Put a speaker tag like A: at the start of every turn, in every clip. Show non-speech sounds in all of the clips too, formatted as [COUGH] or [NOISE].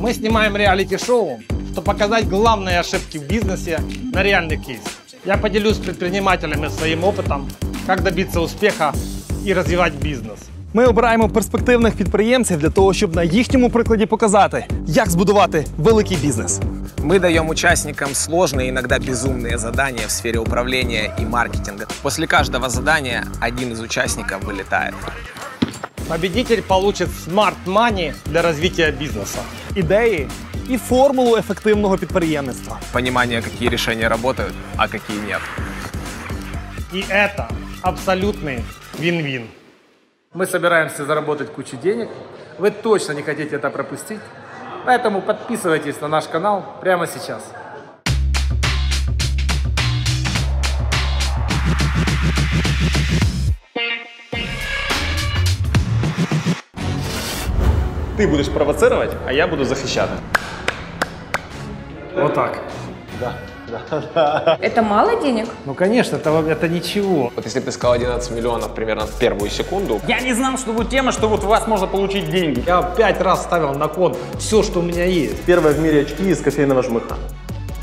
A: Мы снимаем реалити-шоу, чтобы показать главные ошибки в бизнесе на реальный кейс. Я поделюсь с предпринимателями своим опытом, как добиться успеха и развивать бизнес.
B: Ми обираємо перспективних підприємців для того, щоб на їхньому прикладі показати, як збудувати великий бізнес.
C: Мы даем участникам сложные, иногда безумные задания в сфере управления и маркетинга. После каждого задания один из участников вылетает.
A: Победитель получит Smart Money для развития бизнеса.
B: Ідеї і формулу ефективного підприємництва.
C: Понимание, какие решения работают, а какие нет.
A: И это абсолютный вин-вин.
D: Мы собираемся заработать кучу денег. Вы точно не хотите это пропустить. Поэтому подписывайтесь на наш канал прямо сейчас.
E: Ты будешь провоцировать, а я буду захищать.
A: Вот так.
F: Это мало денег?
A: [LAUGHS] Ну, конечно, это, это ничего.
C: Вот если бы ты сказал 11 миллионов примерно в первую секунду,
E: Я не знал, что будет тема, что вот у вас можно получить деньги.
A: Я пять раз ставил на кон все, что у меня есть.
G: Первое в мире очки из кофейного жмыха.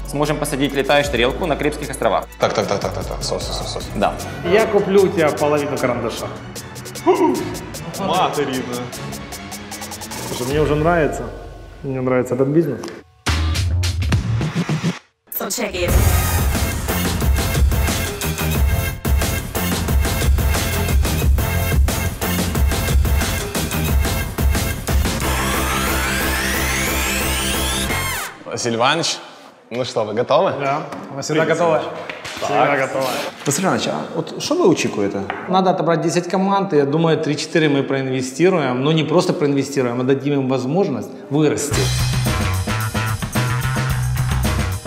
E: Сможем посадить летающую тарелку на Крепских островах.
H: Так, так, так, так, так, так. Сос, сос, сос.
E: Да.
A: Я куплю у тебя половину карандаша.
E: Материна.
A: Слушай, мне уже нравится. Мне нравится этот бизнес.
F: So check it.
H: Василий Иванович, ну что, вы готовы?
A: Да. Мы всегда готовы. Всегда готовы.
G: Василь Иванович, а от що ви очікуєте?
A: Надо отобрать 10 команд, и я думаю, 3-4 мы проинвестируем. Но не просто проинвестируем, а дадим им возможность вырасти.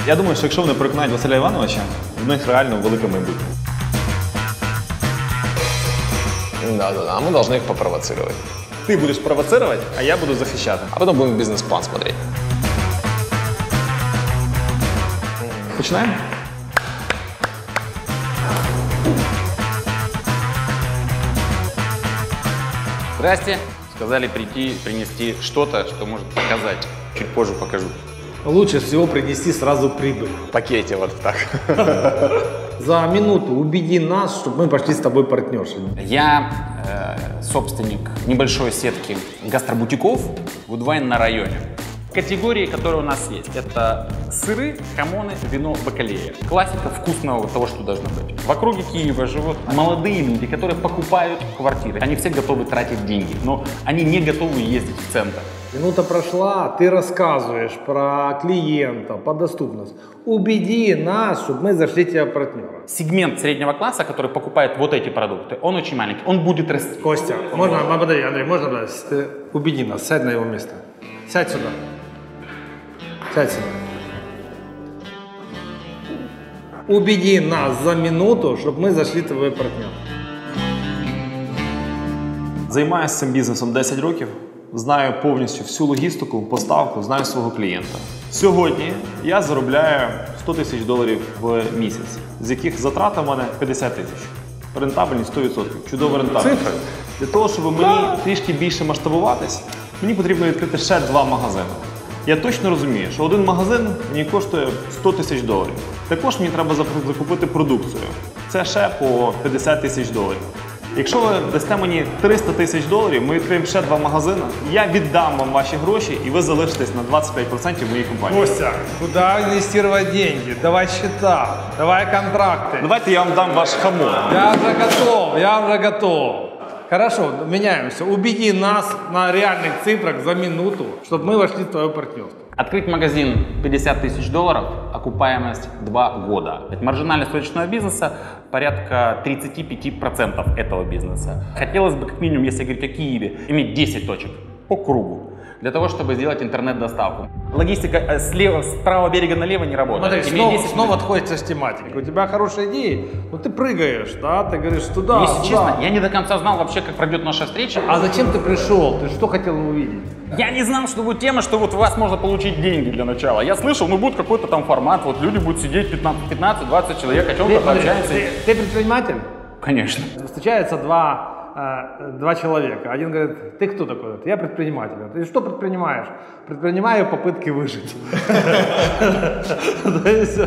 E: Я думаю, що якщо вони переконають Василя Івановича, в них реально велике майбутнє.
H: Да-да-да, а мы должны их попровоцировать.
E: Ти будеш провоцировать, а я буду захищати.
H: А потом будем бизнес-план смотреть.
B: Починаємо?
I: Здрасте. Сказали прийти, принести что-то, что может показать. Чуть позже покажу.
A: Лучше всего принести сразу прибыль.
H: В пакете вот так.
A: За минуту убеди нас, чтобы мы пошли с тобой партнершами.
I: Я э, собственник небольшой сетки гастробутиков Goodwine на районе. Категории, которые у нас есть, это сыры, хамоны, вино, бакалея. Классика вкусного того, что должно быть. В округе Киева живут молодые люди, которые покупают квартиры. Они все готовы тратить деньги, но они не готовы ездить в центр.
A: Минута прошла, ты рассказываешь про клиента, по доступность. Убеди нас, чтобы мы зашли тебя в партнера.
I: Сегмент среднего класса, который покупает вот эти продукты, он очень маленький, он будет расти.
A: Костя, можно, а, подожди, Андрей, можно, да, с- ты убеди нас, сядь на его место. Сядь сюда. Сядь сюда. Убеди нас за минуту, чтобы мы зашли твой партнер.
B: Займаюся цим бізнесом 10 років. Знаю повністю всю логістику, поставку, знаю свого клієнта. Сьогодні я заробляю 100 тисяч доларів в місяць, з яких затрата в мене 50 тисяч. Рентабельність 100%. Чудова рентабельність. Для того, щоб мені трішки більше масштабуватись, мені потрібно відкрити ще два магазини. Я точно розумію, що один магазин мені коштує 100 тисяч доларів. Також мені треба зап- закупити продукцію. Це ще по 50 тисяч доларів. Якщо ви дасте мені 300 тисяч доларів, ми відкриємо ще два магазини. Я віддам вам ваші гроші, і ви залишитесь на 25% моєї компанії.
A: Костя, куда инвестировать деньги? Давай счета, давай контракты.
E: Давайте Ну, я вам дам ваш хамон.
A: Я уже готов, я уже готов. Хорошо, меняемся. Убеди нас на реальных цифрах за минуту, чтобы мы вошли в твое партнерство.
I: Открыть магазин 50 тысяч долларов, окупаемость 2 года. Ведь маржинальность розничного бизнеса порядка 35% этого бизнеса. Хотелось бы, как минимум, если говорить о Киеве, иметь 10 точек по кругу для того, чтобы сделать интернет-доставку. Логистика э, слева, с правого берега налево не работает.
A: Смотри,
I: Имей
A: снова,
I: 10
A: снова отходится с тематики. У тебя хорошие идеи, но ты прыгаешь, да? Ты говоришь туда,
I: Если
A: сюда.
I: честно, я не до конца знал вообще, как пройдет наша встреча.
A: А зачем ты пришел? Ты что хотел увидеть?
I: Я не знал, что будет тема, что вот у вас можно получить деньги для начала. Я слышал, ну будет какой-то там формат, вот люди будут сидеть 15 15-20 человек, о чем-то
A: Смотри,
I: пообщаются.
A: ты, ты предприниматель?
I: Конечно.
A: Встречаются два э, два человека. Один говорит, ты кто такой? Я предприниматель. Ты что предпринимаешь? Предпринимаю попытки выжить. [LAUGHS] То есть,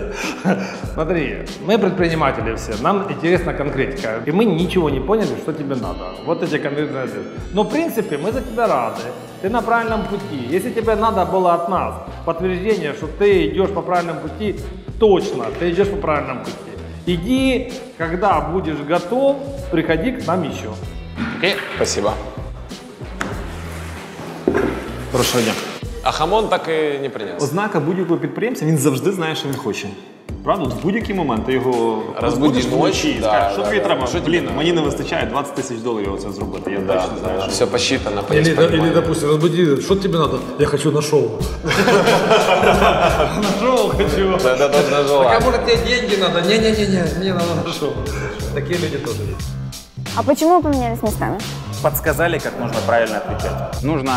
A: Смотри, мы предприниматели все, нам интересна конкретика. И мы ничего не поняли, что тебе надо. Вот эти конкретные ответы. Но в принципе мы за тебя рады. Ты на правильном пути. Если тебе надо было от нас подтверждение, что ты идешь по правильному пути, точно, ты идешь по правильному пути. Иди, когда будешь готов, приходи к нам еще.
I: Окей?
H: Спасибо.
E: Хорошого дня.
H: А хамон так и не принес.
E: Ознака будь-якого підприємця, він завжди знає, що він хоче. Правда, От в будь-який момент ти його
H: Розбудиш
E: вночі і
H: ночі, да,
E: скажеш, що
H: да,
E: тобі
H: да.
E: треба?
H: Що тобі
E: Блін, мені не вистачає 20 тисяч доларів оце зробити. Я точно знаю, що
H: Все посчитано, по
F: Или, или, допустим, разбуди, что тебе надо? Я хочу на шоу.
E: [LAUGHS]
H: Да-да, должна желать.
F: а может, тебе деньги надо? Не-не-не, мне надо на шоу. Такие люди тоже есть.
J: А почему вы поменялись местами?
I: Подсказали, как нужно правильно отвечать. Нужно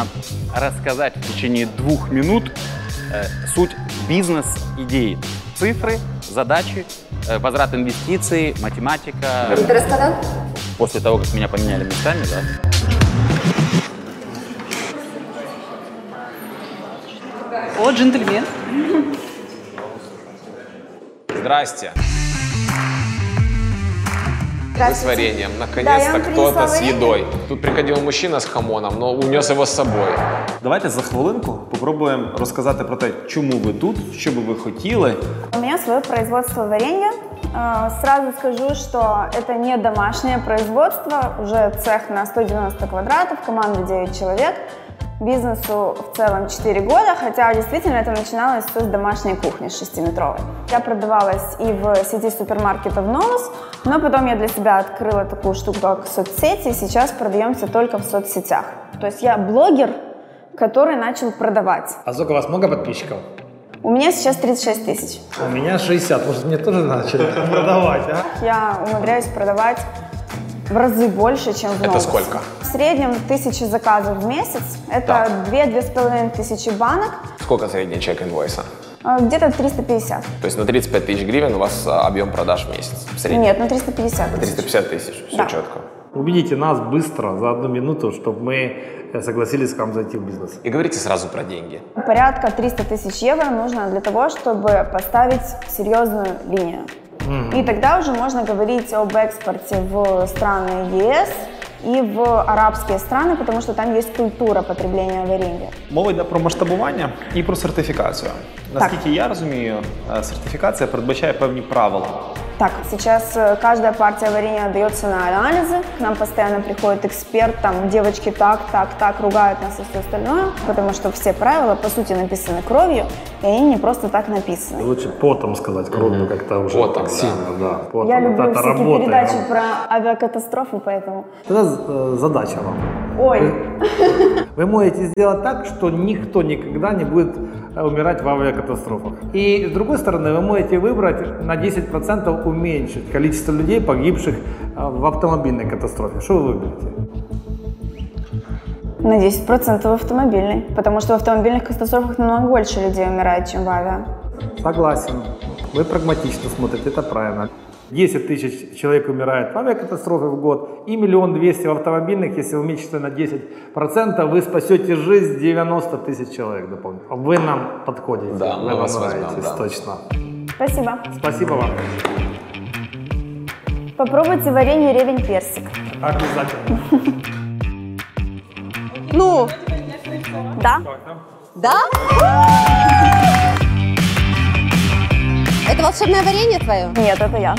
I: рассказать в течение двух минут э, суть бизнес-идеи. Цифры, задачи, э, возврат инвестиций, математика.
J: Ты рассказал?
I: После того, как меня поменяли местами, да?
K: О, джентльмен.
H: Здрасте. С
J: Здравствуйте.
H: вареньем.
J: Да,
H: Наконец-то
J: я вам
H: кто-то
J: принесла
H: с
J: варенье.
H: едой. Тут приходил мужчина с хамоном, но унес его с собой.
B: Давайте за хвилинку попробуємо розказати про те, чому ви тут, що би ви хотіли,
J: У меня свое производство варенья. Э, Сразу скажу, что это не домашнее производство, уже цех на 190 квадратов, команда 9 человек. Бизнесу в целом 4 года, хотя действительно это начиналось все с домашней кухни 6-метровой. Я продавалась и в сети супермаркетов Новус, но потом я для себя открыла такую штуку, как соцсети, и сейчас продаемся только в соцсетях. То есть я блогер, который начал продавать.
F: А сколько у вас много подписчиков?
J: У меня сейчас 36 тысяч.
F: У меня 60, может мне тоже начали продавать, а?
J: я умудряюсь продавать в разы больше, чем в
H: Это
J: Novus.
H: сколько?
J: В среднем тысячи заказов в месяц. Это две-две с половиной тысячи банок,
H: Сколько средний чек инвойса?
J: э, где-то 350.
H: То есть на 35 тысяч гривен у вас а, объем продаж в месяц. В среднем.
J: Нет, ну 350. тысяч.
H: 350 тысяч. Все
J: Да.
H: четко.
A: Убедите нас быстро, за одну минуту, чтобы мы э, согласились к вам зайти в бизнес.
H: И говорите сразу про деньги.
J: Порядка 300 тысяч евро нужно для того, чтобы поставить серьезную линию. И тогда уже можно говорить об экспорте в страны ЕС и в арабские страны, потому что там есть культура потребления варенья.
E: Мова йде про масштабування і про сертифікацію. Наскільки я розумію, е, сертифікація передбачає певні правила.
J: Так, сейчас э, каждая партия варенья отдается на анализы. К нам постоянно приходит эксперт, там девочки так, так, так ругают нас и все остальное, потому что все правила, по сути, написаны кровью, и они не просто так написаны.
A: Лучше потом сказать, кровно как-то уже
H: Потом,
A: так
H: да.
A: сильно, да. Потом.
J: Я
A: Вот
J: люблю
A: это
J: всякие
A: работает.
J: передачи про авиакатастрофы, поэтому...
A: Тогда э, задача вам.
J: Ой,
A: Вы можете сделать так, что никто никогда не будет э, умирать в авиакатастрофах. И с другой стороны, вы можете выбрать на 10% уменьшить количество людей, погибших э, в автомобильной катастрофе. Что вы выберете?
J: на 10% в автомобильной, потому что в автомобильных катастрофах намного больше людей умирает, чем в авиа.
A: Согласен. Вы прагматично смотрите, это правильно. 10 тысяч человек умирает в авиакатастрофе в год и миллион двести в автомобильных. Если уменьшите на 10%, вы спасете жизнь 90 тысяч человек дополнительно. Вы нам подходите.
H: Да, мы
A: вы нам
H: вас возьмем,
A: нравитесь,
H: да.
A: точно.
J: Спасибо.
A: Спасибо вам.
J: Попробуйте варенье ревень персик.
A: Обязательно.
K: Ну,
J: Да?
K: да? Это волшебное варенье твое?
J: Нет, это я.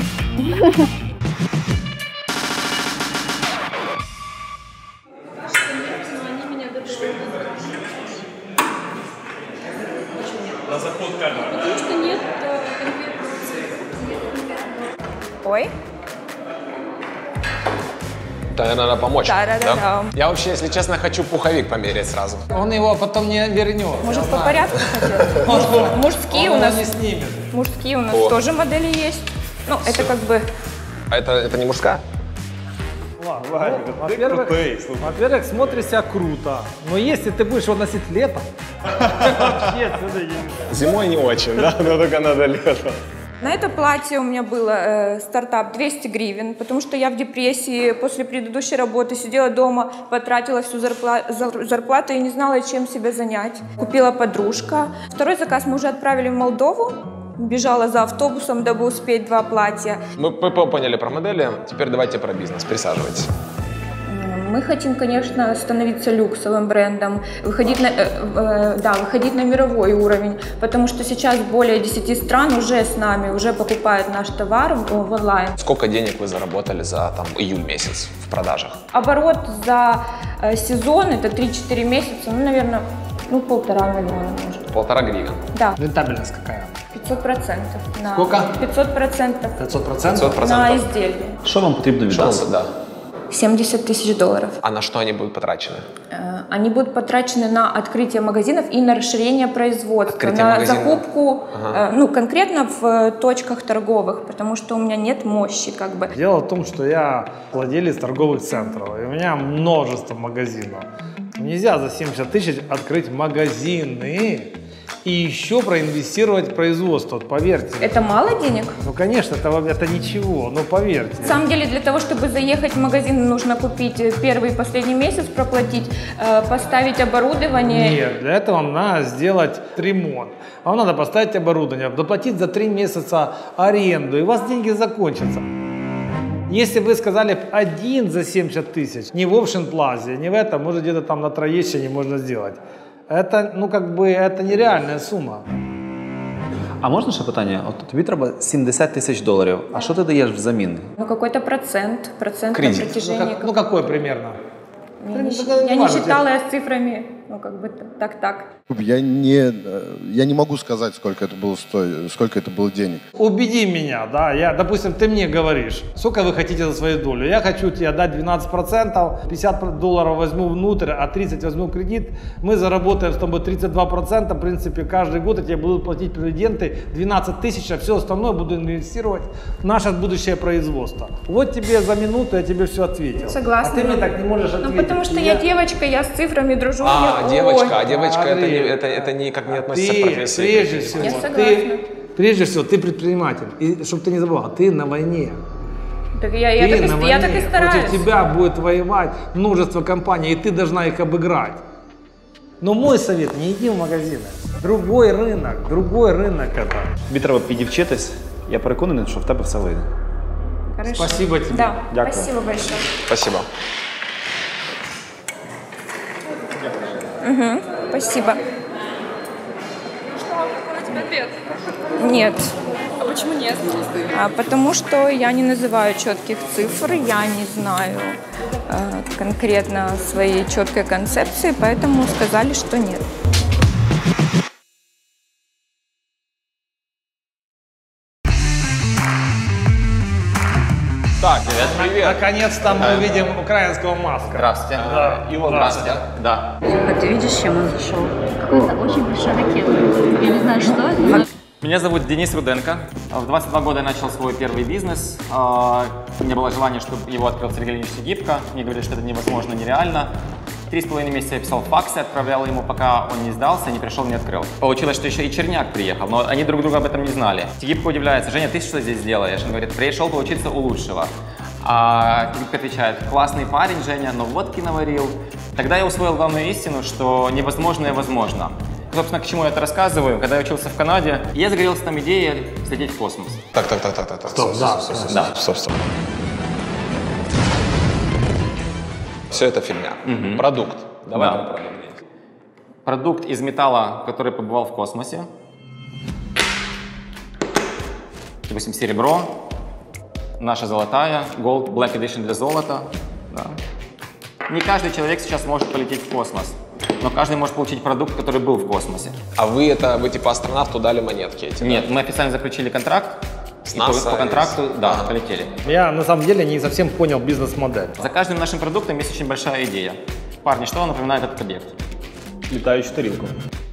J: э, Ой,
H: Тогда надо помочь.
K: Да-да-да-да.
H: Я вообще, если честно, хочу пуховик померить сразу.
A: Он его потом не вернет.
K: Может, по порядку хотел? Муж- Мужские у нас... Мужские у нас
H: О.
K: тоже модели есть. Ну, это как бы...
H: А это, это не мужская?
A: Во-первых, во-первых, смотришься круто. Но если ты будешь его носить летом, вообще отсюда не
H: Зимой не очень, да? Но только надо летом.
K: На это платье у меня было э, стартап 200 гривен, потому что я в депрессии после предыдущей работы сидела дома, потратила всю зарпла- зар- зарплату и не знала, чем себя занять. Купила подружка. Второй заказ мы уже отправили в Молдову. Бежала за автобусом, дабы успеть два платья.
H: Мы п- п- поняли про модели, теперь давайте про бизнес. Присаживайтесь.
K: Мы хотим, конечно, становиться люксовым брендом, выходить на, э, э, да, выходить на мировой уровень, потому что сейчас более 10 стран уже с нами, уже покупают наш товар в, в онлайн.
H: Сколько денег вы заработали за там, июль месяц в продажах?
K: Оборот за э, сезон, это 3-4 месяца, ну, наверное, ну, полтора миллиона, может.
H: Полтора гривен.
K: Да,
A: Рентабельность какая?
K: 500 процентов.
A: Сколько?
K: 500 процентов.
A: 500
K: На изделие.
L: Що вам потрібно від
H: нас? Да.
K: 70 тысяч долларов.
H: А на что они будут потрачены?
K: Э, Они будут потрачены на открытие магазинов и на расширение производства,
H: Открытие
K: на
H: магазинов.
K: закупку,
H: Ага.
K: э, ну, конкретно в э, точках торговых, потому что у меня нет мощи, как бы.
A: Дело в том, что я владелец торговых центров, и у меня множество магазинов. Нельзя за 70 тысяч открыть магазины и еще проинвестировать в производство, вот поверьте.
K: Это мало денег?
A: Ну, конечно, это, во- это ничего, но поверьте.
K: На самом деле, для того, чтобы заехать в магазин, нужно купить э, первый и последний месяц, проплатить, э, поставить оборудование.
A: Нет, для этого вам надо сделать ремонт. А Вам надо поставить оборудование, доплатить за три месяца аренду, и у вас деньги закончатся. Если вы сказали один за 70 тысяч, не в Option Plaza, не в этом, может где-то там на Троещине можно сделать. Это, ну как бы, это нереальная сумма.
B: А можна ще питання? От тобі треба 70 тисяч доларів. А що ти даєш взамін?
K: Ну, какой-то процент, процент
B: Кредит.
K: на протяжении...
A: Ну, как- ну, какой примерно?
K: Я не,
A: Ну,
K: щ-
A: тогда не
K: я не
A: важно,
K: считала я с цифрами, ну, как бы т- так-так.
M: Я не, э, я не могу сказать, сколько это было стоит, сколько это было денег.
A: Убеди меня, да, я, допустим, ты мне говоришь, сколько вы хотите за свою долю, я хочу тебе дать 12%, 50 долларов возьму внутрь, а 30 возьму в кредит, мы заработаем с тобой 32%, в принципе, каждый год я тебе буду платить президенты 12 тысяч, а все остальное буду инвестировать в наше будущее производство. Вот тебе за минуту я тебе все ответил.
K: Согласна.
A: А ты мне так не можешь
K: Ну,
A: ответить.
K: потому что
A: И
K: я, девочка, я с цифрами дружу.
H: А,
K: мне-
H: девочка,
K: Ой.
H: а девочка это, не,
A: Андрей,
H: это, это никак не относится
A: ты,
H: к профессии.
A: прежде всего,
K: Я
A: ты,
K: согласна.
A: прежде всего, ты предприниматель. И чтобы ты не забывала, ты на войне.
K: Так я, я,
A: ты
K: так, и,
A: на
K: ст- я так и
A: войне.
K: стараюсь.
A: Против тебя будет воевать множество компаний, и ты должна их обыграть. Но мой совет, не иди в магазины. Другой рынок, другой рынок это.
B: Тобі треба підівчитись. Я переконаний, що в тебе все вийде.
K: Хорошо.
B: Спасибо тебе.
K: Да,
B: Дякую.
K: спасибо большое.
H: Спасибо.
K: Мгм, Спасибо. Нет.
N: А почему нет?
K: А, потому что я не называю четких цифр, я не знаю э, конкретно своей четкой концепции, поэтому сказали, что нет.
L: Так, привет, привет.
A: Наконец-то мы увидим украинского маска.
L: Здравствуйте. Э, Илон Маск. Да.
O: Вот ты видишь, чем он зашел? Какой-то очень большой ракетой. Я не знаю, что это. но-
P: Меня зовут Денис Руденко. В 22 года я начал свой первый бизнес. А, У меня было желание, чтобы его открыл Сергей Леонидович Гибко. Мне говорили, что это невозможно, нереально. Три с половиной месяца я писал факсы, отправлял ему, пока он не сдался, не пришел, не открыл. Получилось, что еще и Черняк приехал, но они друг друга об этом не знали. Гибко удивляется, Женя, ты что здесь делаешь? Он говорит, пришел поучиться у лучшего. А Гибко отвечает, классный парень, Женя, но водки наварил. Тогда я усвоил главную истину, что невозможное возможно. Собственно, к чему я это рассказываю? Когда я учился в Канаде, я загорелся там идеей слететь в космос.
H: Так, так, так, так, так, так.
P: Стоп, да, да.
H: стоп, стоп. Все это фигня. Продукт. Давай
P: Да.
H: про продукт.
P: Продукт из металла, который побывал в космосе. Допустим, Типа серебро. Наша золотая. Gold Black Edition для золота. Да. Не каждый человек сейчас может полететь в космос. Но каждый может получить продукт, который был в космосе.
H: А вы это, вы типа астронавту дали монетки эти?
P: Нет, мы официально заключили контракт.
H: С
P: и по-
H: NASA,
P: по, контракту, да, полетели.
A: Я на самом деле не совсем понял бизнес-модель.
P: Типа, За каждым нашим продуктом есть очень большая идея. Парни, что вам напоминает этот объект?
B: Літаючу тарілку.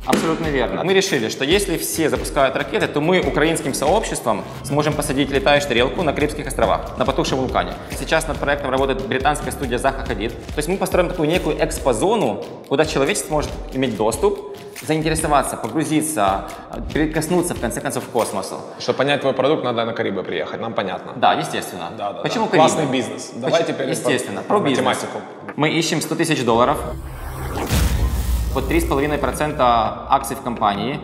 P: Абсолютно верно. Мы решили, что если все запускают ракеты, то мы украинским сообществом сможем посадить летающую тарелку на Крымских островах, на потухшем вулкане. Сейчас над проектом работает британская студия Заха Хадид. То есть мы построим такую некую экспозону, куда человечество может иметь доступ заинтересоваться, погрузиться, э, перекоснуться, в конце концов, к космосу.
H: Чтобы понять твой продукт, надо на Карибы приехать, нам понятно.
P: Да, естественно.
H: Да, да,
P: Почему
H: да.
P: Карибы?
H: Классный бизнес.
P: Поч-
H: Давай теперь
P: Естественно,
H: по-
P: про
H: по
P: бизнес.
H: математику.
P: Мы ищем 100 тысяч долларов, под 3,5% акций в компании.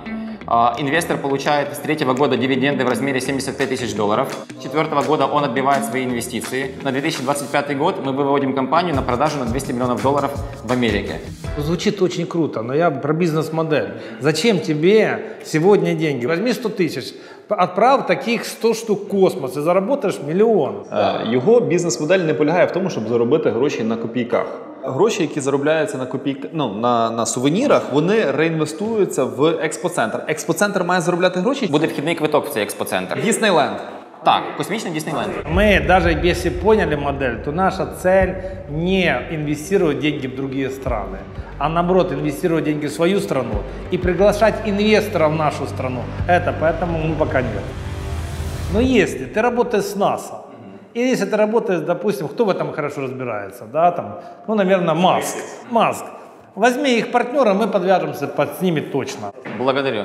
P: А, Инвестор получает с третьего года дивиденды в размере 75 тысяч долларов. С четвертого года он отбивает свои инвестиции. На 2025 год мы выводим компанию на продажу на 200 миллионов долларов в Америке.
A: Звучит очень круто, но я про бизнес-модель. Зачем тебе сегодня деньги? Возьми 100 тысяч, п- отправь таких 100 штук в космос и заработаешь миллион.
E: Е, Його бізнес-модель не полягає в тому, щоб заробити гроші на копійках. Гроші, які заробляються на копійках, ну на, на сувенірах, вони реінвестуються в експоцентр. Експоцентр має заробляти гроші.
P: Буде вхідний квиток в цей експоцентр.
E: Діснейленд.
P: Так, космічний Диснейленд.
A: Мы даже если поняли модель, то наша цель не инвестировать деньги в другие страны, а наоборот инвестировать деньги в свою страну и приглашать инвесторов в нашу страну. Это поэтому мы пока нет. Но если ты работаешь с НАСА, и если ты работаешь, допустим, кто в этом хорошо разбирается, да, там, ну, наверное, Маск. Маск. Возьми их партнера, мы подвяжемся под с ними точно.
P: Благодарю.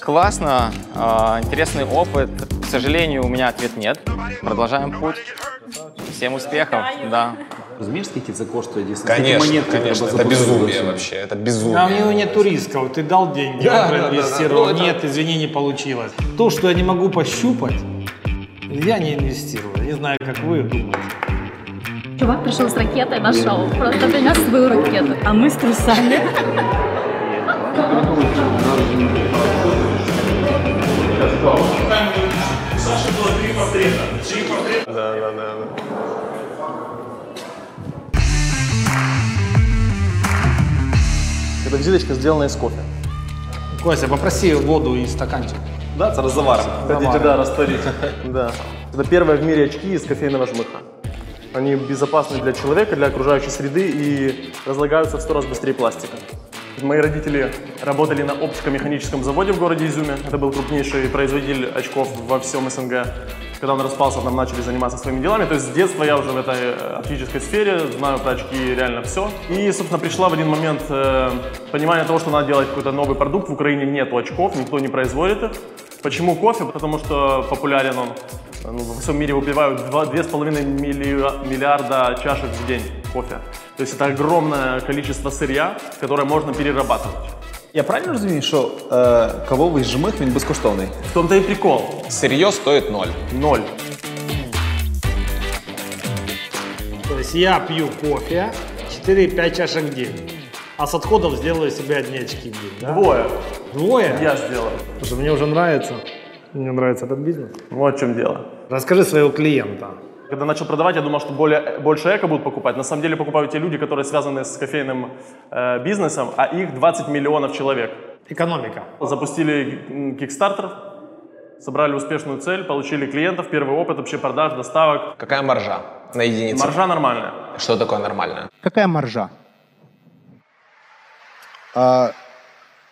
P: Классно, а, интересный опыт. К сожалению, у меня ответ нет. Продолжаем путь. Всем успехов, да.
B: Розумієш, скільки це коштує дійсно? Скільки
H: Конечно,
B: монетки
H: конечно,
B: треба
H: это
B: заплатити за
H: безумие
B: це?
H: вообще, это
A: А у
H: безумие.
A: него нет рисков, ты дал деньги,
H: Да,
A: он
H: да, да, да.
A: проинвестировал.
H: Ну, это-
A: Нет, извини, не получилось. То, что я не могу пощупать, я не инвестирую. Не знаю, как вы думаете.
Q: Чувак пришел с ракетой, нашел. Просто принес свою ракету, а мы с
K: [LAUGHS]
Q: трусами.
H: Да, да, да, да.
E: Це жилечка зроблена з кофе.
A: Костя, попроси воду и стаканчик.
E: Да, це роззаваром.
A: Хотите,
G: [LAUGHS]
A: да, растворить.
E: Да.
G: Это первые в мире очки из кофейного жмыха. Они безопасны для человека, для окружающей среды и разлагаются в сто раз быстрее пластика. Мои родители работали на оптико-механическом заводе в городе Изюме. Это был крупнейший производитель очков во всем СНГ. Когда он распался, нам начали заниматься своими делами. То есть с детства я уже в этой э, оптической сфере, знаю про очки реально все. И, собственно, пришла в один момент э, понимание того, что надо делать какой-то новый продукт. В Украине нет очков, никто не производит их. Почему кофе? Потому что популярен он. Э, ну, во всем мире выпивают два- 2,5 миллиа- миллиарда чашек в день кофе. То есть это огромное количество сырья, которое можно перерабатывать.
E: Я правильно розумію, що е, кавовий жмих він безкоштовний?
G: В том-то и прикол.
H: Сырье стоит ноль.
E: Ноль.
A: То есть я пью кофе 4-5 чашек в день. А с отходов сделаю себе одни очки в день. да?
G: Двое.
A: Двое?
G: Я сделаю.
A: Потому что мне уже нравится. Мне нравится этот бизнес.
G: Вот в чем дело.
A: Расскажи своего клиента.
G: Когда начал продавать, я думал, что более, больше эко будут покупать. На самом деле покупают те люди, которые связаны с кофейным э, бизнесом, а их 20 миллионов человек.
A: Экономика.
G: Запустили м, Kickstarter, собрали успешную цель, получили клиентов, первый опыт вообще продаж, доставок.
H: Какая маржа на единицу?
G: Маржа нормальная.
H: Что такое нормальное?
M: Какая маржа? А,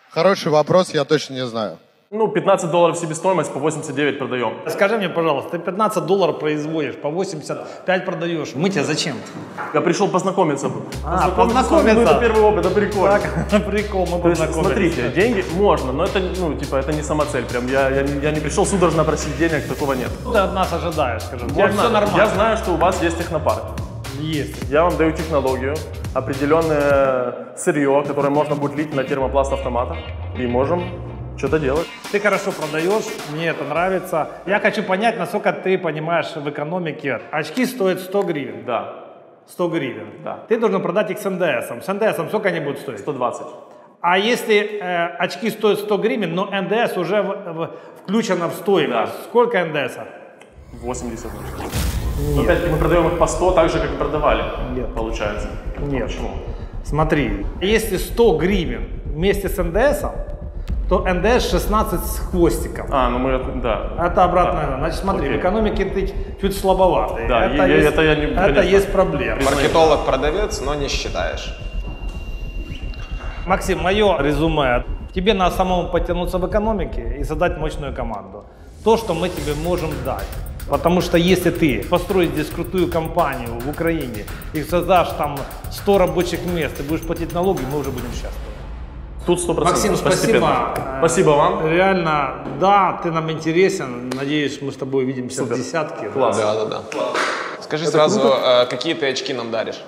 M: хороший вопрос, я точно не знаю.
G: Ну, 15 долларов себестоимость, по 89 продаем.
A: Скажи мне, пожалуйста, ты 15 долларов производишь, по 85 продаешь. Мы тебя зачем?
G: Я пришел познакомиться.
A: А,
G: Ну, это
A: познакомиться.
G: первый опыт, это прикольно.
A: [LAUGHS] Прикол, мы
G: То есть,
A: познакомились.
G: смотрите, деньги можно, но это, ну, типа, это не самоцель. Прям я, я, не- я не пришел судорожно просить денег, такого нет.
A: Ты от нас ожидаешь, скажем. У тебя
G: Я,
A: все нормально.
G: я знаю, что у вас есть технопарк.
A: Есть.
G: Я вам даю технологию, определенное сырье, которое можно будет лить на термопласт автомата. И можем что-то делать.
A: Ты хорошо продаешь, мне это нравится. Я хочу понять, насколько ты понимаешь в экономике. Очки стоят 100 гривен.
G: Да.
A: 100 гривен.
G: Да.
A: Ты должен продать их с НДСом. С НДСом сколько они будут стоить?
G: 120.
A: А если э, очки стоят 100 гривен, но НДС уже в- в- включено в стоимость, сколько ндс
G: 80. Но опять-таки мы продаем их по 100, так же, как и продавали, получается. А
A: Нет. Почему? Смотри, если 100 гривен вместе с НДС, то НДС 16 с хвостиком.
G: А, ну мы, да.
A: Это обратно. Значит, смотри, в
G: Окей.
A: экономике ты чуть слабоватый.
G: Да,
A: это,
G: я-
A: есть,
G: это я не-
A: это
G: конечно.
A: есть проблема.
H: Маркетолог-продавец, но не считаешь.
A: Максим, мое резюме. Тебе надо самому потянуться в экономике и создать мощную команду. То, что мы тебе можем дать. Потому что если ты построишь здесь крутую компанию в Украине и создашь там 100 рабочих мест и будешь платить налоги, мы уже будем счастливы.
G: Тут 100%.
A: Максим, спасибо.
G: Постепенно.
A: Э,
G: Спасибо вам.
A: Реально, да, ты нам интересен. Надеюсь, мы с тобой увидимся в десятке.
H: Да, да, да. Скажи
A: Это
H: сразу,
A: круто.
H: э, какие ты очки нам даришь?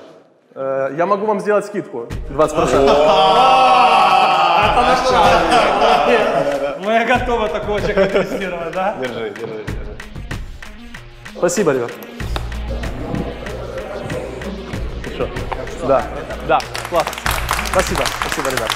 G: Э, Я могу вам сделать скидку. 20%.
A: Мы готовы такого человека тестировать, да?
H: Держи, держи, держи.
G: Спасибо, ребят. Хорошо. Да, да, класс. Спасибо, спасибо, ребят.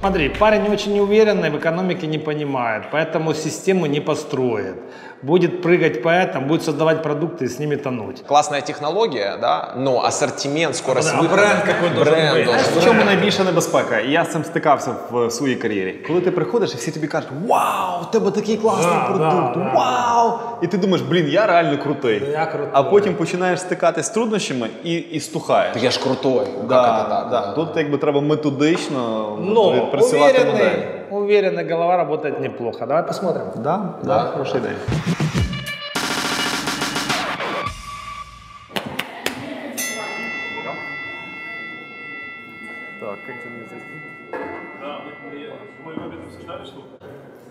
A: Смотри, парень очень неуверенный, в экономике не понимает, поэтому систему не построит. Будет прыгать по этому, будет создавать продукты и с ними тонуть.
H: Классная технологія, да? ну ассортимент, скорость
A: Да, а
H: виходу.
A: бренд какой должен
H: Бренд
A: бути?
H: должен
B: Знаєш, в чому найбільша небезпека? І я з цим стикався в е, своїй кар'єрі. Коли ти приходиш і всі тобі кажуть, вау, в тебе такий класний
E: Да,
B: продукт,
E: да, да.
B: вау! І ти думаєш, блін, я реально крутий.
A: Я крутий.
B: А потім починаєш стикатись з труднощами і, і стухаєш.
H: я ж крутой.
B: Да, да. Тут якби треба методично
A: Но
G: Ну,
B: відпрацювати
A: Ну,
B: модель.
A: уверенный, уверенный, голова работает неплохо. Давай посмотрим.
B: Да,
A: да,
B: хороший день.
G: Так, как же мне здесь?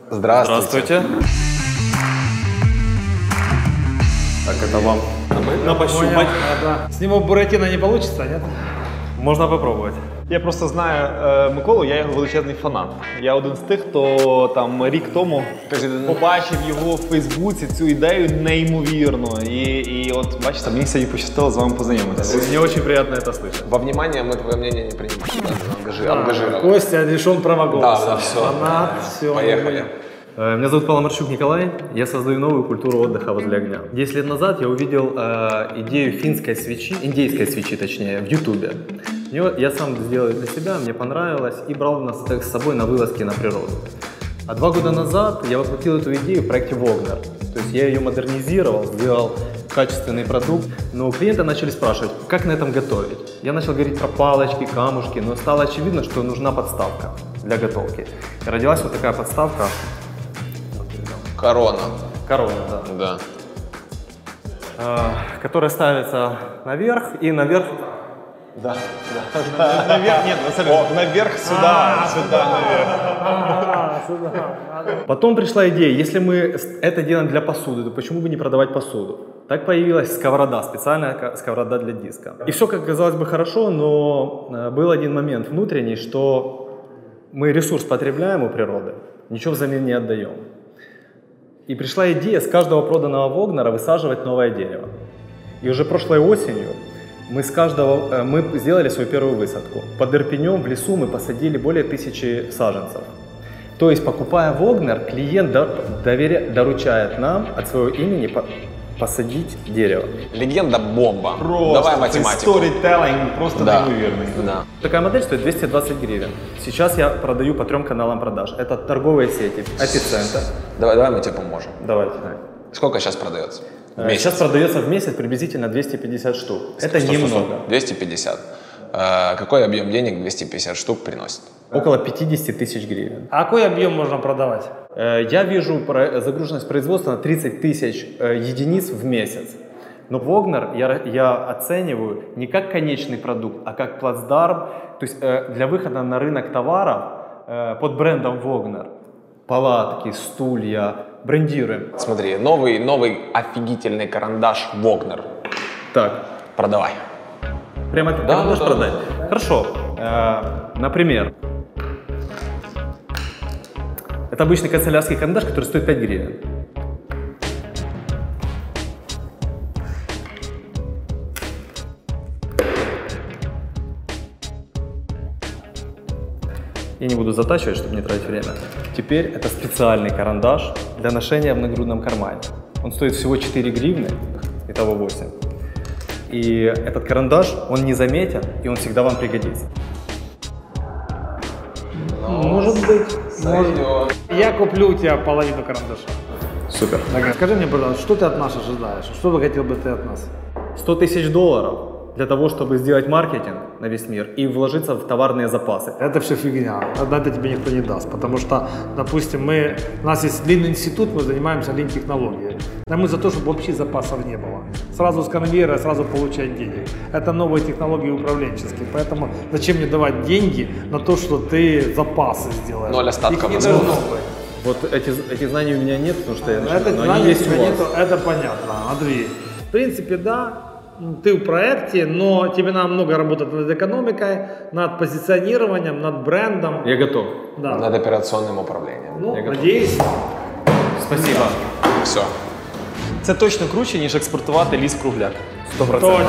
H: Здравствуйте.
R: Так, это вам.
B: А
A: На пощупать. а, С него буратино не получится, нет?
B: Можна попробувати. Я просто знаю е, Миколу, я його величезний фанат. Я один з тих, хто там рік тому побачив його в Фейсбуці цю ідею неймовірну. І, і от бачите, мені сьогодні пощастило з вами познайомитися.
H: Мені
B: дуже приємно це слухати.
H: Во внимание мы твое мнение не принимаем. Надо ангажи- Ангажировать.
A: Костя решен права
H: Да,
A: голоса.
H: да, все.
A: Фанат, все.
H: Поехали.
R: Э, Меня зовут Паламарчук Николай, я создаю новую культуру отдыха возле огня. 10 лет назад я увидел э, идею финской свечи, индейской свечи точнее, в Ютубе. Её Я сам сделал для себя, мне понравилось, и брал нас так с собой на вылазки на природу. А два года назад я воплотил эту идею в проекте Вогнер. То есть я ее модернизировал, сделал качественный продукт, но клиенты начали спрашивать, как на этом готовить. Я начал говорить про палочки, камушки, но стало очевидно, что нужна подставка для готовки. И родилась вот такая подставка,
H: Корона.
R: Корона, да. А,
H: Да.
R: которая ставится наверх и наверх. Да,
B: Наверх, нет, абсолютно. наверх сюда, сюда, наверх.
R: Потом пришла идея, если мы с- это делаем для посуды, то почему бы не продавать посуду? Так появилась сковорода, специальная ка- сковорода для диска. И все, как казалось бы, хорошо, но э, был один момент внутренний, что мы ресурс потребляем у природы, ничего взамен не отдаем. И пришла идея с каждого проданного Вогнера высаживать новое дерево. И уже прошлой осенью мы с каждого э, мы сделали свою первую высадку. Под Ирпенем в лесу мы посадили более тысячи саженцев. То есть, покупая Вогнер, клиент до- доверя- доручает нам от своего имени по- посадить дерево.
H: Легенда бомба. Давай математику.
R: просто
H: Да.
R: неуверенный. Такая модель стоит 220 гривен. Сейчас я продаю по трем каналам продаж. Это торговые сети, эпицентр.
H: Давай, давай мы тебе поможем.
R: Давайте.
H: Сколько сейчас продается? В
R: Э,
H: месяц?
R: Сейчас продается в месяц приблизительно 250 штук. Это
H: Что, что, что?
R: немного.
H: 250. Э, Какой объем денег 250 штук приносит?
R: Около 50 тысяч гривен.
A: А какой объем можно продавать?
R: Э, Я вижу про- загруженность производства на 30 тысяч э, единиц в месяц. Но Вогнер я, ра- я оцениваю не как конечный продукт, а как плацдарм, то есть э, для выхода на рынок товаров э, под брендом Вогнер. Палатки, стулья, брендируем.
H: Смотри, новый, новый офигительный карандаш Вогнер.
R: Так.
H: Продавай.
R: Прямо как
H: Да,
R: можешь
H: да, да.
R: продать. Хорошо. Э, например, это обычный канцелярский карандаш, который стоит 5 гривен. Я не буду затачивать, чтобы не тратить время. Теперь это специальный карандаш для ношения в нагрудном кармане. Он стоит всего 4 гривны, итого 8. И этот карандаш, он не заметен, и он всегда вам пригодится.
A: Может быть. Может. Я куплю у тебя половину карандаша.
R: Супер.
A: Так, Скажи мне, пожалуйста, что ты от нас ожидаешь? Что бы хотел бы ты от нас?
R: 100 тысяч долларов для того, чтобы сделать маркетинг на весь мир и вложиться в товарные запасы.
A: Это все фигня. Одна это тебе никто не даст. Потому что, допустим, мы, у нас есть длинный институт, мы занимаемся лин-технологией. Да мы за то, чтобы вообще запасов не было. Сразу с конвейера, сразу получать денег. Это новые технологии управленческие. Поэтому зачем мне давать деньги на то, что ты запасы сделаешь?
H: Ноль остатков.
A: Их не должно быть.
R: Вот эти, эти знания у меня нет, потому что я начинаю,
A: Это,
R: но
A: знание
R: они есть
A: у
R: у
A: тебя
R: вас.
A: нету, это понятно, Андрей. В принципе, да, м, ты в проекте, но тебе надо много работать над экономикой, над позиционированием, над брендом.
R: Я готов.
A: Да.
H: Над операционным управлением.
A: Ну, надеюсь.
B: Спасибо.
H: Все.
B: Це точно круче, ніж експортувати ліс кругляк. 100%.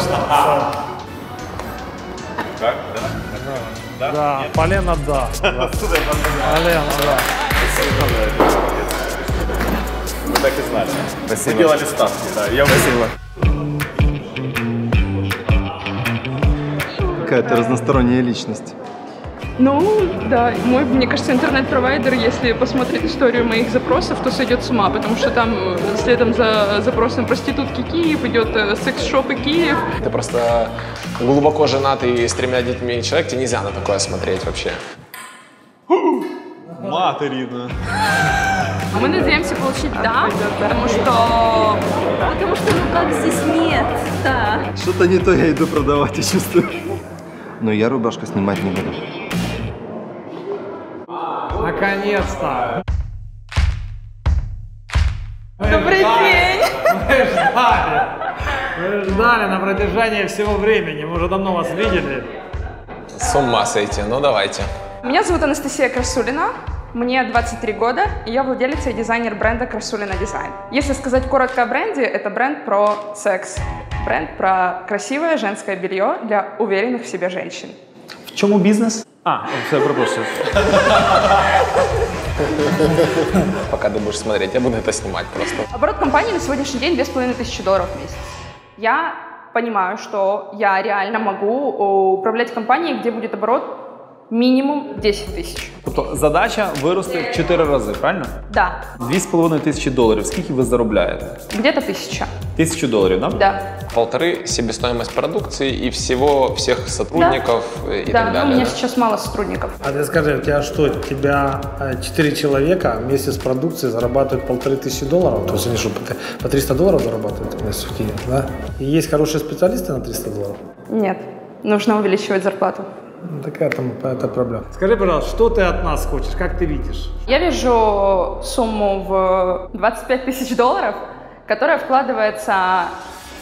A: Так, да? Да, Полена, да. Полена, да.
S: Мы так и знали.
B: Спасибо.
S: Мы делали ставки, да. Я
B: Спасибо.
E: Какая то разносторонняя личность.
O: Ну, да, мой, мне кажется, интернет-провайдер, если посмотрит историю моих запросов, то сойдет с ума, потому что там э, следом за запросом проститутки Киев идет э, секс-шопы Киев.
H: Ты просто глубоко женатый с тремя детьми человек, тебе нельзя на такое смотреть вообще.
E: Материна.
O: Мы надеемся получить «да», потому что... Потому что, ну как здесь нет, да.
F: Что-то не то я иду продавать, я чувствую. Но Ну, я рубашку снимать не буду.
A: Наконец-то.
O: Добрый день.
A: Мы ждали. Мы ждали на протяжении всего времени. Мы уже давно вас видели.
H: С ума сойти, ну давайте.
O: Меня зовут Анастасия Красулина, мне 23 года, и я владелица и дизайнер бренда Красулина Дизайн. Если сказать коротко о бренде, это бренд про секс. Бренд про красивое женское белье для уверенных в себе женщин.
B: В чому бізнес? А, все, пропустив.
H: [LAUGHS] Пока ты будешь смотреть, я буду это снимать просто.
O: Оборот компании на сегодняшний день 2500 долларов в месяц. Я понимаю, что я реально могу о, управлять компанией, где будет оборот минимум 10 тысяч.
E: Тобто задача вирости в 4 рази, правильно?
O: Да,
E: 2,5 тисячі доларів. Скільки ви заробляєте?
O: где-то тысяча.
E: Тисячу доларів, да?
O: Да.
H: Полторы себестоимость продукции и всего, всех сотрудников э, и так
O: да, ну, но у
H: далее.
O: меня
H: да?
O: сейчас мало сотрудников.
A: А ты скажи, у тебя что, у тебя э, четыре человека вместе с продукцией зарабатывают полторы тысячи долларов? То есть они что, по т- по 300 долларов зарабатывают у нас в Киеве, да? И есть хорошие специалисты на 300 долларов?
O: Нет, нужно увеличивать зарплату.
A: Ну, Такая там это проблема. Скажи, пожалуйста, что ты от нас хочешь? Как ты видишь?
O: Я вижу сумму в 25 тысяч долларов, которая вкладывается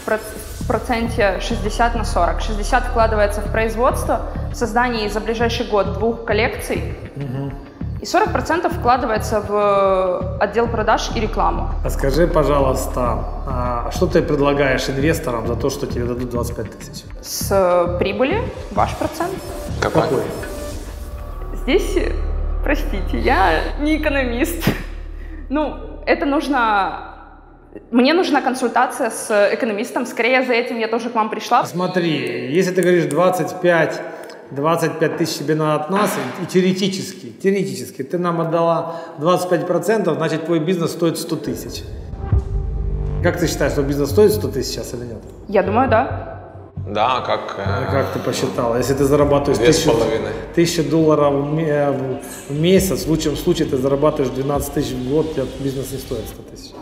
O: в проц- в проценте 60 на 40. 60 вкладывается в производство, в создание за ближайший год двух коллекций, и 40% вкладывается в отдел продаж и рекламу.
A: А скажи, пожалуйста, а что ты предлагаешь инвесторам за то, что тебе дадут 25 тысяч?
O: С э, прибыли ваш процент.
H: Какой?
O: Здесь, э, простите, я не экономист. [LAUGHS] Ну, это нужно... Мне нужна консультация с экономистом. Скорее за этим я тоже к вам пришла.
A: Смотри, если ты говоришь 25, 25 тысяч тебе надо от нас, и теоретически, теоретически, ты нам отдала 25%, значит твой бизнес стоит 100 тысяч. Как ты считаешь, что бизнес стоит 100 тысяч сейчас или нет?
O: Я думаю, да.
H: Да, как... э,
A: Как ты посчитала? Если ты зарабатываешь
H: Две с
A: 1000
H: половиной.
A: 1000 долларов в ме- э, в месяц, в лучшем случае ты зарабатываешь 12 тысяч в год, тебе бизнес не стоит 100 тысяч.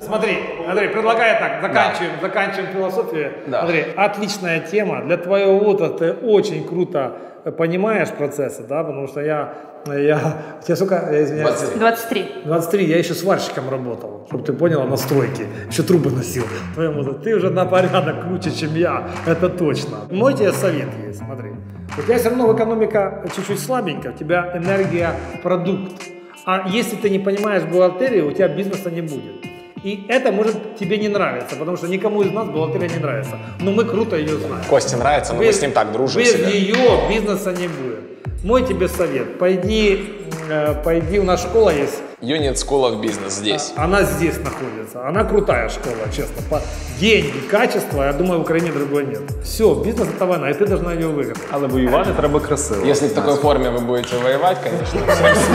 A: Смотри, Андрей, предлагаю так, заканчиваем, заканчиваем философию. Андрей, отличная тема. Для твоего возраста ты очень круто понимаешь процессы, да, потому что я, я, тебе сколько, я извиняюсь,
O: 23.
A: 23, я еще сварщиком работал, чтобы ты поняла, на стройке, еще трубы носил. Твоему, возрасту. ты уже на порядок круче, чем я, это точно. Мой тебе совет есть, смотри. У тебя все равно экономика чуть-чуть слабенькая, у тебя энергия продукт. А если ты не понимаешь бухгалтерию, у тебя бизнеса не будет. И это может тебе не нравиться, потому что никому из нас бухгалтерия не нравится. Но мы круто ее знаем.
H: Косте нравится, но мы
A: Без-
H: с ним так дружим
A: Без
H: всегда.
A: нее бизнеса не будет. Мой тебе совет, пойди, э, пойди, у нас школа есть,
H: Unit School of Business здесь.
A: она здесь находится. Она крутая школа, честно. По деньги, качество, я думаю, в Украине другой нет. Все, бизнес это война, и ты должна ее выиграть.
H: А
E: Але воювати треба красиво.
H: Если в такой форме вы будете воевать, конечно, всем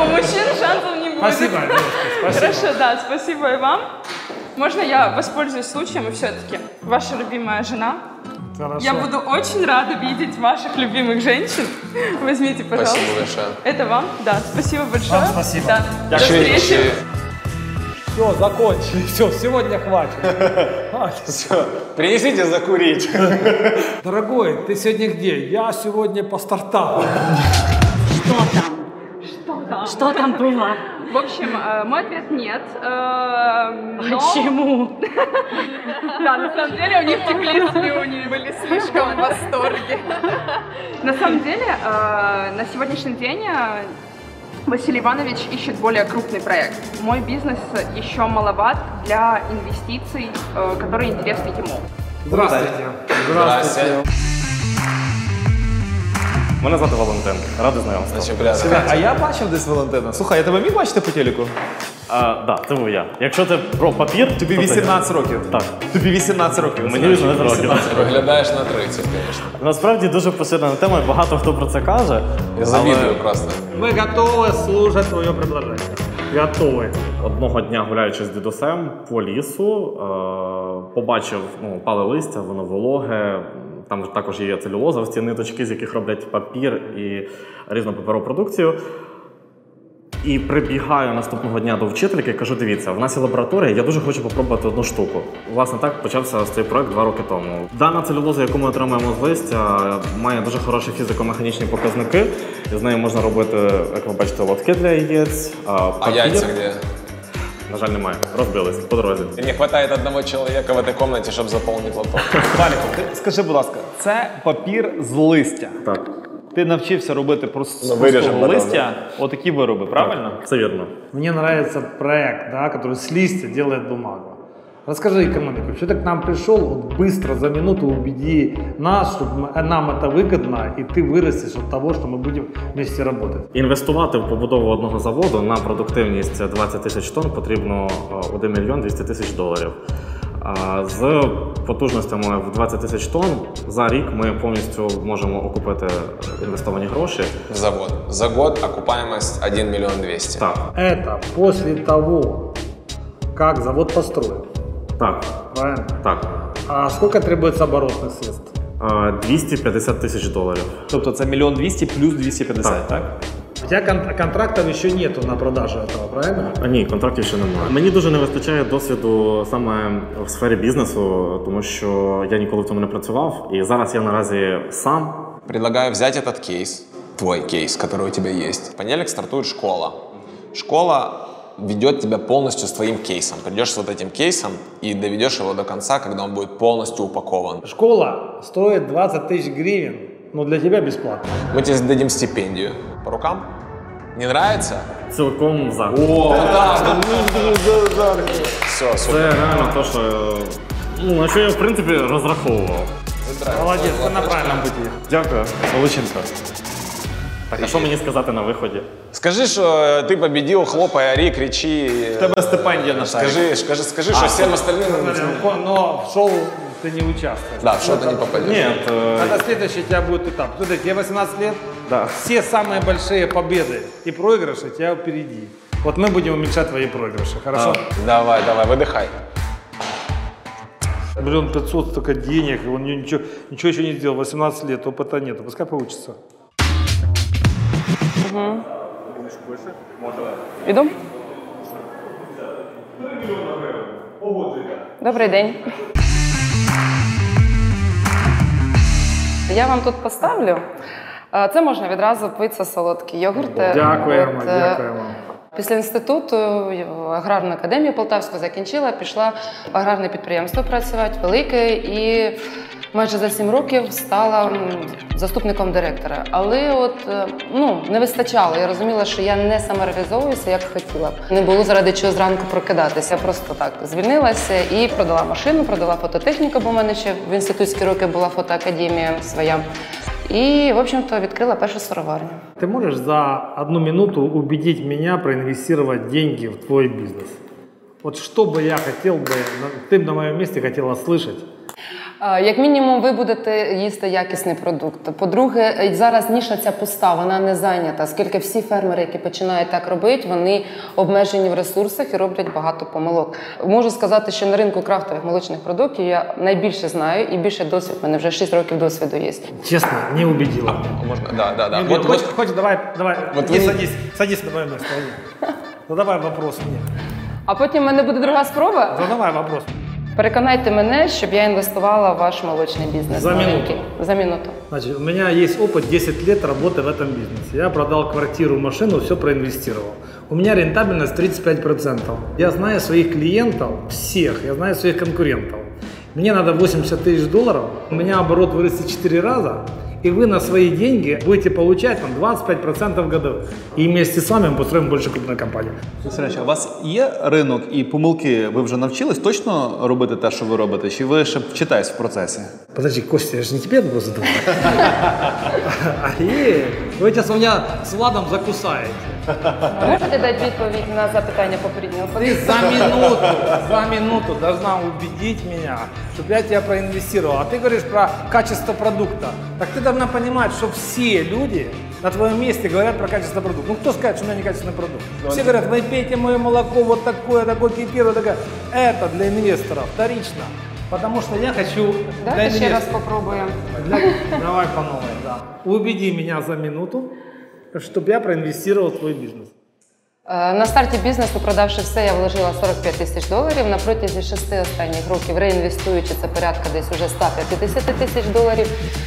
O: У мужчин шансов не будет.
H: Спасибо, девушка, спасибо.
O: Хорошо, да, спасибо и вам. Можно я воспользуюсь случаем и все-таки ваша любимая жена? Я буду очень рада видеть ваших любимых женщин. Возьмите, пожалуйста.
H: Спасибо большое.
O: Это вам, да. Спасибо большое.
H: Вам спасибо.
O: Да. До встречи.
T: Все, закончили. Все, сегодня хватит.
H: [LAUGHS] Все, принесите закурить.
T: [LAUGHS] Дорогой, ты сегодня где? Я сегодня по стартапу.
O: Что там было? В общем, э, мой ответ нет. э,
Q: Почему?
O: Да, на самом деле у них текли слюни, были слишком в восторге. На самом деле, э, на сегодняшний день э, Василий Иванович ищет более крупный проект. Мой бизнес еще маловат для инвестиций, э, которые интересны ему.
D: Здравствуйте.
H: Здравствуйте.
B: Мене звати Валентин. Радий знайомству.
H: Дуже приємно.
E: А я бачив десь Валентина. Слухай, я тебе міг бачити по телеку?
U: А, да, це був я. Якщо це про папір,
E: тобі 18 років.
U: Так.
E: Тобі 18 років.
U: Мені 18 років.
H: Виглядаєш на 30, звісно.
U: Насправді дуже поширена тема, і багато хто про це каже.
H: Я завідую просто.
A: Ми готові слухати твоє предложення.
U: Готовий. Одного дня гуляючи з дідусем по лісу, е- побачив ну, пале листя, воно вологе. Там ж також є целюлоза, ці ниточки, з яких роблять папір і різну паперову продукцію. І прибігаю наступного дня до вчительки і кажу: дивіться, в нас є лабораторія, я дуже хочу попробувати одну штуку. Власне, так почався ось цей проект два роки тому. Дана целюлоза, яку ми отримуємо з листя, має дуже хороші фізико-механічні показники. І з нею можна робити, як ви бачите, лотки для яєць. А,
H: А яйця где?
U: На жаль, немає. Розбились по дорозі.
H: И не хватает одного человека в этой комнате, чтобы заполнить лоток.
E: Скажи, будь ласка, це папір з листя.
U: Так.
E: Ти навчився робити просто
H: Ну, виріжемо
E: простого
H: потім,
E: листя, отакі вироби, правильно?
U: Це вірно.
A: Мне нравится проект, да, который с листья делает бумагу. Расскажи экономику, что ты к нам пришел, вот быстро за минуту убеди нас, чтобы нам это выгодно, и ты вырастешь от того, что мы будем вместе работать.
U: Інвестувати в побудову одного заводу на продуктивність 20 тисяч тонн потрібно е, 1 мільйон 200 тисяч доларів. А З потужностями в 20 тисяч тонн за рік ми повністю можемо окупити інвестовані гроші.
H: За год. За год окупаемость 1 миллион 200.
U: Так.
A: Это после того, как завод построен,
U: Так,
A: правильно?
U: так.
A: А сколько требуется оборотных средств?
U: Е, 250 тисяч доларів.
E: Тобто це мільйон 200 плюс 250, так?
A: У тебя кон- контрактов еще нету на продажу этого, правильно?
U: А Ні, контрактів ще немає. Мені дуже не вистачає досвіду саме в сфері бізнесу, тому що я ніколи в цьому не працював, і зараз я наразі сам
H: Предлагаю взять этот кейс, твой кейс, который у тебя есть. В понедельник стартует школа. Школа ведет тебя полностью с твоим кейсом. Придешь с вот этим кейсом и доведешь его до конца, когда он будет полностью упакован.
A: Школа стоит 20 тысяч гривен, но для тебя бесплатно.
H: Мы тебе дадим стипендию. По рукам? Не нравится?
U: Целиком за.
H: О, да, Все,
U: Це реально те, що е, ну, на що я в принципі розраховував.
A: Молодец, ты на правильном пути.
U: Дякую, Солоченко. Так, а що мені сказати на виході?
H: Скажи, що ти победил, хлопай, ори, кричи. В
E: тебе стипендія на
H: Скажи, скажи, скажи, що всім остальним.
A: А, Но в шоу ты не участвуешь.
H: Да, в шоу ты не попадешь. Нет, э,
A: Тогда следующий у тебя будет этап. Смотри, тебе 18 лет,
U: Да.
A: все самые большие победы и проигрыши у тебя впереди. Вот мы будем уменьшать твои проигрыши, хорошо?
H: А. Давай, давай, выдыхай.
A: Блин, 500 столько денег, и он не- ничего, ничего еще не сделал, 18 лет, опыта нету, пускай получится.
V: Іду? Добрий день. Я вам тут поставлю. Е, Це можна відразу пити солодкі йогурти.
A: Дякуємо,
V: От, е,
A: дякуємо.
V: Після інституту е, аграрну академію Полтавську закінчила, пішла в аграрне підприємство працювати, велике, і майже за сім років стала м, заступником директора. Але от е, ну, не вистачало. Я розуміла, що я не самореалізовуюся, як хотіла б. Не було заради чого зранку прокидатися. Я просто так звільнилася і продала машину, продала фототехніку, бо в мене ще в інститутські роки була фотоакадемія своя. І, в общем-то, відкрила першу сироварню.
A: Ты можешь за одну минуту убедить меня проинвестировать деньги в твой бизнес? Вот что бы я хотел бы, на- ты бы на моем месте хотела слышать?
V: А, Е, Як мінімум, ви будете їсти якісний продукт. По-друге, е, зараз ніша ця пуста, вона не зайнята, оскільки всі фермери, які починають так робити, вони обмежені в ресурсах і роблять багато помилок. Можу сказати, що на ринку крафтових молочних продуктів я найбільше знаю і більше досвід. У мене вже 6 років досвіду є.
A: Честно, не убедила.
H: А, Можно? Да, да, да.
A: Не
H: Вот,
A: убедила. хочешь,
H: вот.
A: хочешь, давай, давай,
H: Вот
A: иди
H: вы-
A: садись, садись на мое место. иди. Задавай Ну, вопрос мне.
V: А потім в мене буде друга спроба.
R: Ну,
A: Задавай вопрос.
V: Переконайте мене, щоб я інвестувала в ваш молочний бізнес.
R: За минуту.
V: маленький. За минуту.
R: Значит,
A: у меня есть опыт 10 лет работы в этом бизнесе. Я продал квартиру, машину, все проинвестировал. У меня рентабельность 35%. Я знаю своих клиентов, всех, я знаю своих конкурентов. Мне надо 80 тысяч долларов, у меня оборот вырастет 4 раза, и вы на свои деньги будете получать там, 25% годовых. И вместе с вами мы построим больше крупную компанию.
E: Сергій, а у вас є ринок і помилки ви вже навчились точно робити те, що ви робите? Чи ви ще вчитаєсь в процесі?
A: Подожди, Костя, я же не тебе вопрос задавал. А Ай, Вы сейчас меня с Владом закусаете.
V: Можете дати відповідь на запитання попереднього?
D: Ты за минуту, за минуту должна убедить меня, чтобы я тебя проинвестировал. А ты говоришь про качество продукта. Так ты должна понимать, что все люди на твоем месте говорят про качество продукта. Ну кто скажет, что у меня некачественный продукт? Все говорят, вы пейте мое молоко вот такое, такое кипирует, такое. Это для инвестора вторично. Потому что я хочу для
V: Давайте ще раз
D: инвестора.
V: попробуємо.
D: Для- Давай по новой, да. Убеди меня за минуту, чтобы я проинвестировал в твой бизнес.
V: Е, На старті бізнесу, продавши все, я вложила 45 тисяч доларів. На протязі шести останніх років реінвестуючи це порядка десь уже 150 тисяч доларів.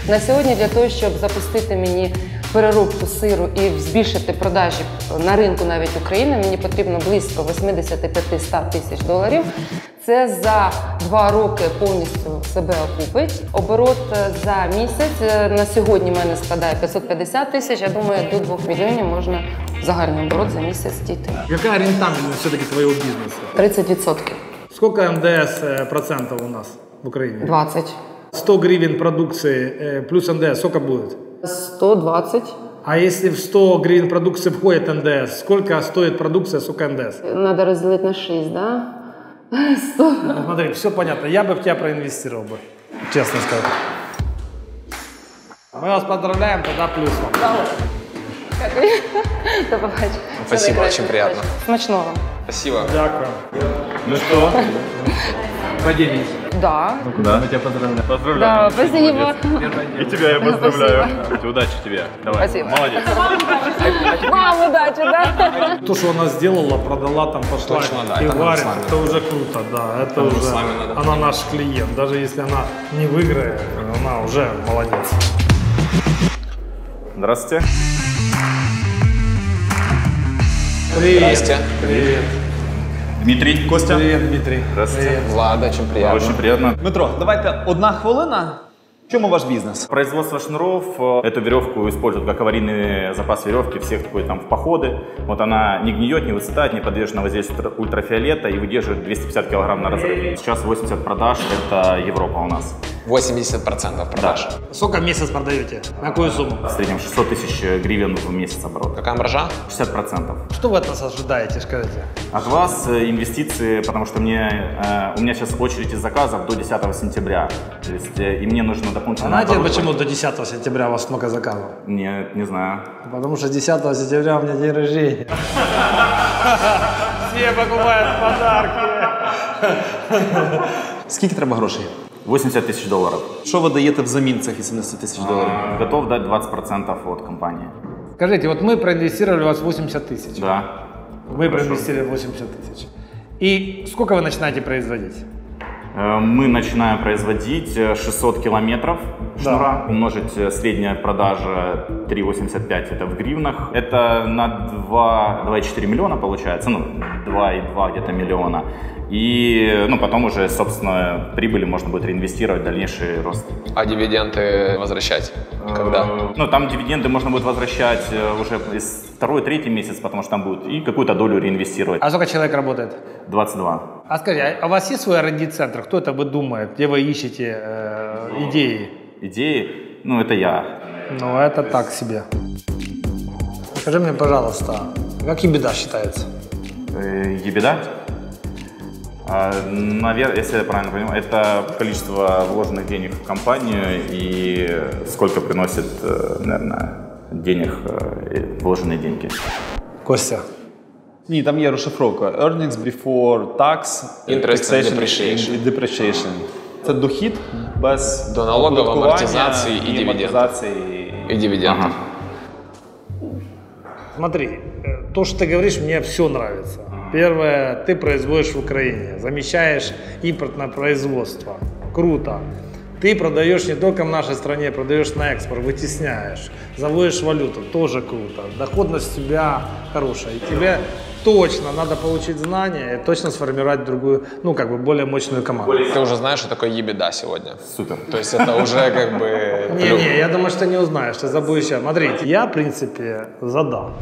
V: На сьогодні для того, щоб запустити мені переробку сиру і збільшити продажі на ринку навіть України, мені потрібно близько 85-100 тисяч доларів. Це за два роки повністю себе окупить. Оборот е, за місяць е, на сьогодні в мене складає 550 тисяч. Я думаю, до 2 мільйонів можна загальний оборот за місяць дійти.
A: Какая рентабельность все-таки твоего бизнеса?
V: 30%.
A: Сколько НДС э, процентов у нас в Украине?
V: 20.
A: 100 гривен продукции э, плюс НДС сколько будет?
V: 120.
A: А если в 100 гривен продукции входит НДС, сколько стоит продукция, сколько НДС?
V: Надо розділити на 6, да?
A: Ну, Смотри, все понятно. Я бы в тебя проинвестировал бы. Честно скажу. Мы вас поздравляем, тогда плюс вам.
K: [LAUGHS]
V: До побачення.
H: Спасибо, очень приятно.
V: Смачного.
H: Спасибо.
S: Ну что?
T: Поделись.
V: Да.
S: Ну куда? Мы тебя поздравляем.
V: Да,
S: Поздравляю.
V: спасибо.
S: И тебя я поздравляю. Удачи тебе. Давай.
V: Спасибо.
S: Молодец.
V: Вам удачі, да?
A: То, что она сделала, продала, там пошла
H: Точно, да,
A: и
H: это нам
A: варит,
H: с вами
A: это уже круто, да. Это
H: нам
A: уже,
H: с вами надо.
A: она наш клиент. Даже если она не выиграет, она уже молодец.
S: Здравствуйте.
H: Привет. Здрасте.
S: Привет. Дмитрий. Костя.
A: Привет, Дмитрий.
S: Здравствуйте.
H: Влада, очень приятно.
S: Очень приятно.
E: Дмитро, давайте одна хвилина. В чому ваш бізнес?
S: Производство шнуров, э, эту веревку используют как аварийный запас веревки, всех такой там в походы. Вот она не гниет, не выцветает, не подвержена воздействию ультра- ультрафиолета и выдерживает 250 килограмм на разрыв. Сейчас 80 продаж, это Европа у нас.
H: 80% продаж.
A: Сколько в месяц продаете? На какую сумму?
S: В среднем 600 тысяч э, гривен в месяц оборот.
H: Какая маржа?
S: 60%.
A: Что вы от нас ожидаете, скажите?
S: От вас э, инвестиции, потому что мне, э, у меня сейчас очередь из заказов до 10 сентября. То есть, э, и мне нужно дополнительно...
A: Знаете, А почему до 10 сентября у вас много заказов?
S: Нет, не знаю.
A: Потому что 10 сентября у меня день рождения.
D: Все покупают подарки.
E: Скільки треба грошей?
S: 80 тисяч доларів.
E: Що ви даєте взамін цих 80 тисяч доларів?
S: А, Готов дать 20% от компанії.
A: Скажите, вот мы проинвестировали у вас 80 тысяч.
S: Да.
A: Вы
S: Хорошо.
A: проинвестировали 80 тысяч. И сколько вы начинаете производить?
S: Э, Мы начинаем производить э, 600 километров шнура, умножить э, средняя продажа 3,85 это в гривнах, это на 2 2,4 миллиона получается, ну 2,2 где-то миллиона. И э, ну, потом уже, собственно, прибыли можно будет реинвестировать в дальнейший рост.
H: А дивиденды возвращать? Когда?
S: Ну, там дивиденды можно будет возвращать э, уже из второй, третий месяц, потому что там будут и какую-то долю реинвестировать.
A: А сколько человек работает?
S: 22.
A: А скажи, а у вас есть свой R&D-центр? Кто это выдумает? Где вы ищете э, идеи?
S: Идеи, ну, это я.
A: Ну, это так себе. Скажи мне, пожалуйста, как ебеда считается?
S: Э, Ебеда? Наверное, если я правильно понимаю, это количество вложенных денег в компанию и сколько приносит, наверное, денег, э, и вложенные деньги.
A: Костя.
E: Ні, там є розшифровка. Earnings before tax,
S: Interest and
E: taxation
S: depreciation.
E: and depreciation. Це дохід без
H: До налогов,
E: оподаткування
H: амортизації і дивідендів.
E: амортизації.
H: И дивиденды.
A: Смотри, э, то, что ты говоришь, мне все нравится. Первое, ты производишь в Украине, замещаешь импортное производство. Круто. Ты продаешь не только в нашей стране, продаешь на экспорт, вытесняешь, заводишь валюту, тоже круто. Доходность у тебя хорошая. И тебе точно надо получить знания и точно сформировать другую, ну как бы более мощную команду.
H: Ты уже знаешь, что такое ебеда сегодня. Супер. То есть это уже как бы... плюс.
A: Не-не, я думаю, что [LAUGHS] не узнаешь, ты забудешь. сейчас. Смотрите, я, в принципе, задам.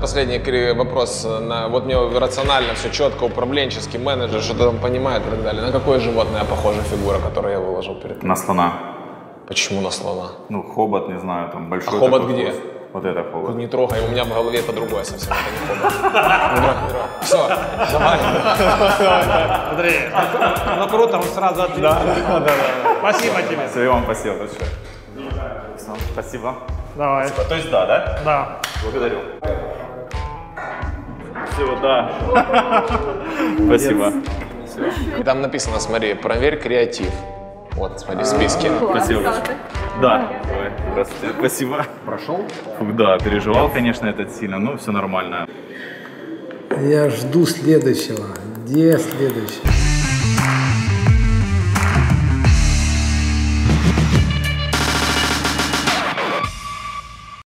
H: Последний кри- вопрос. э, На, вот мне рационально все четко, управленческий менеджер, что-то там понимает и так далее. На какое животное похожа фигура, которую я выложил перед тобой?
S: На слона.
H: Почему на слона?
S: Ну, хобот, не знаю, там большой.
H: А хобот
S: такой
H: где?
S: хвост. Вот это хобот.
H: Не трогай, у меня в голове это другое совсем. Это не хобот. Не трогай, не трогай. Все, давай.
A: Смотри, ну круто, он сразу ответил. Спасибо тебе.
S: Все, вам спасибо большое. Сам, Спасибо.
A: Давай.
S: Спасибо. То есть да, да?
A: Да.
S: Благодарю. Спасибо, да. Спасибо.
H: Там написано, смотри, проверь креатив. Вот, смотри, в списке.
S: Спасибо большое. Да. Ой, Здравствуйте. Спасибо. Прошел? Да, переживал, конечно, это сильно, но все нормально.
W: Я жду следующего. Где следующий?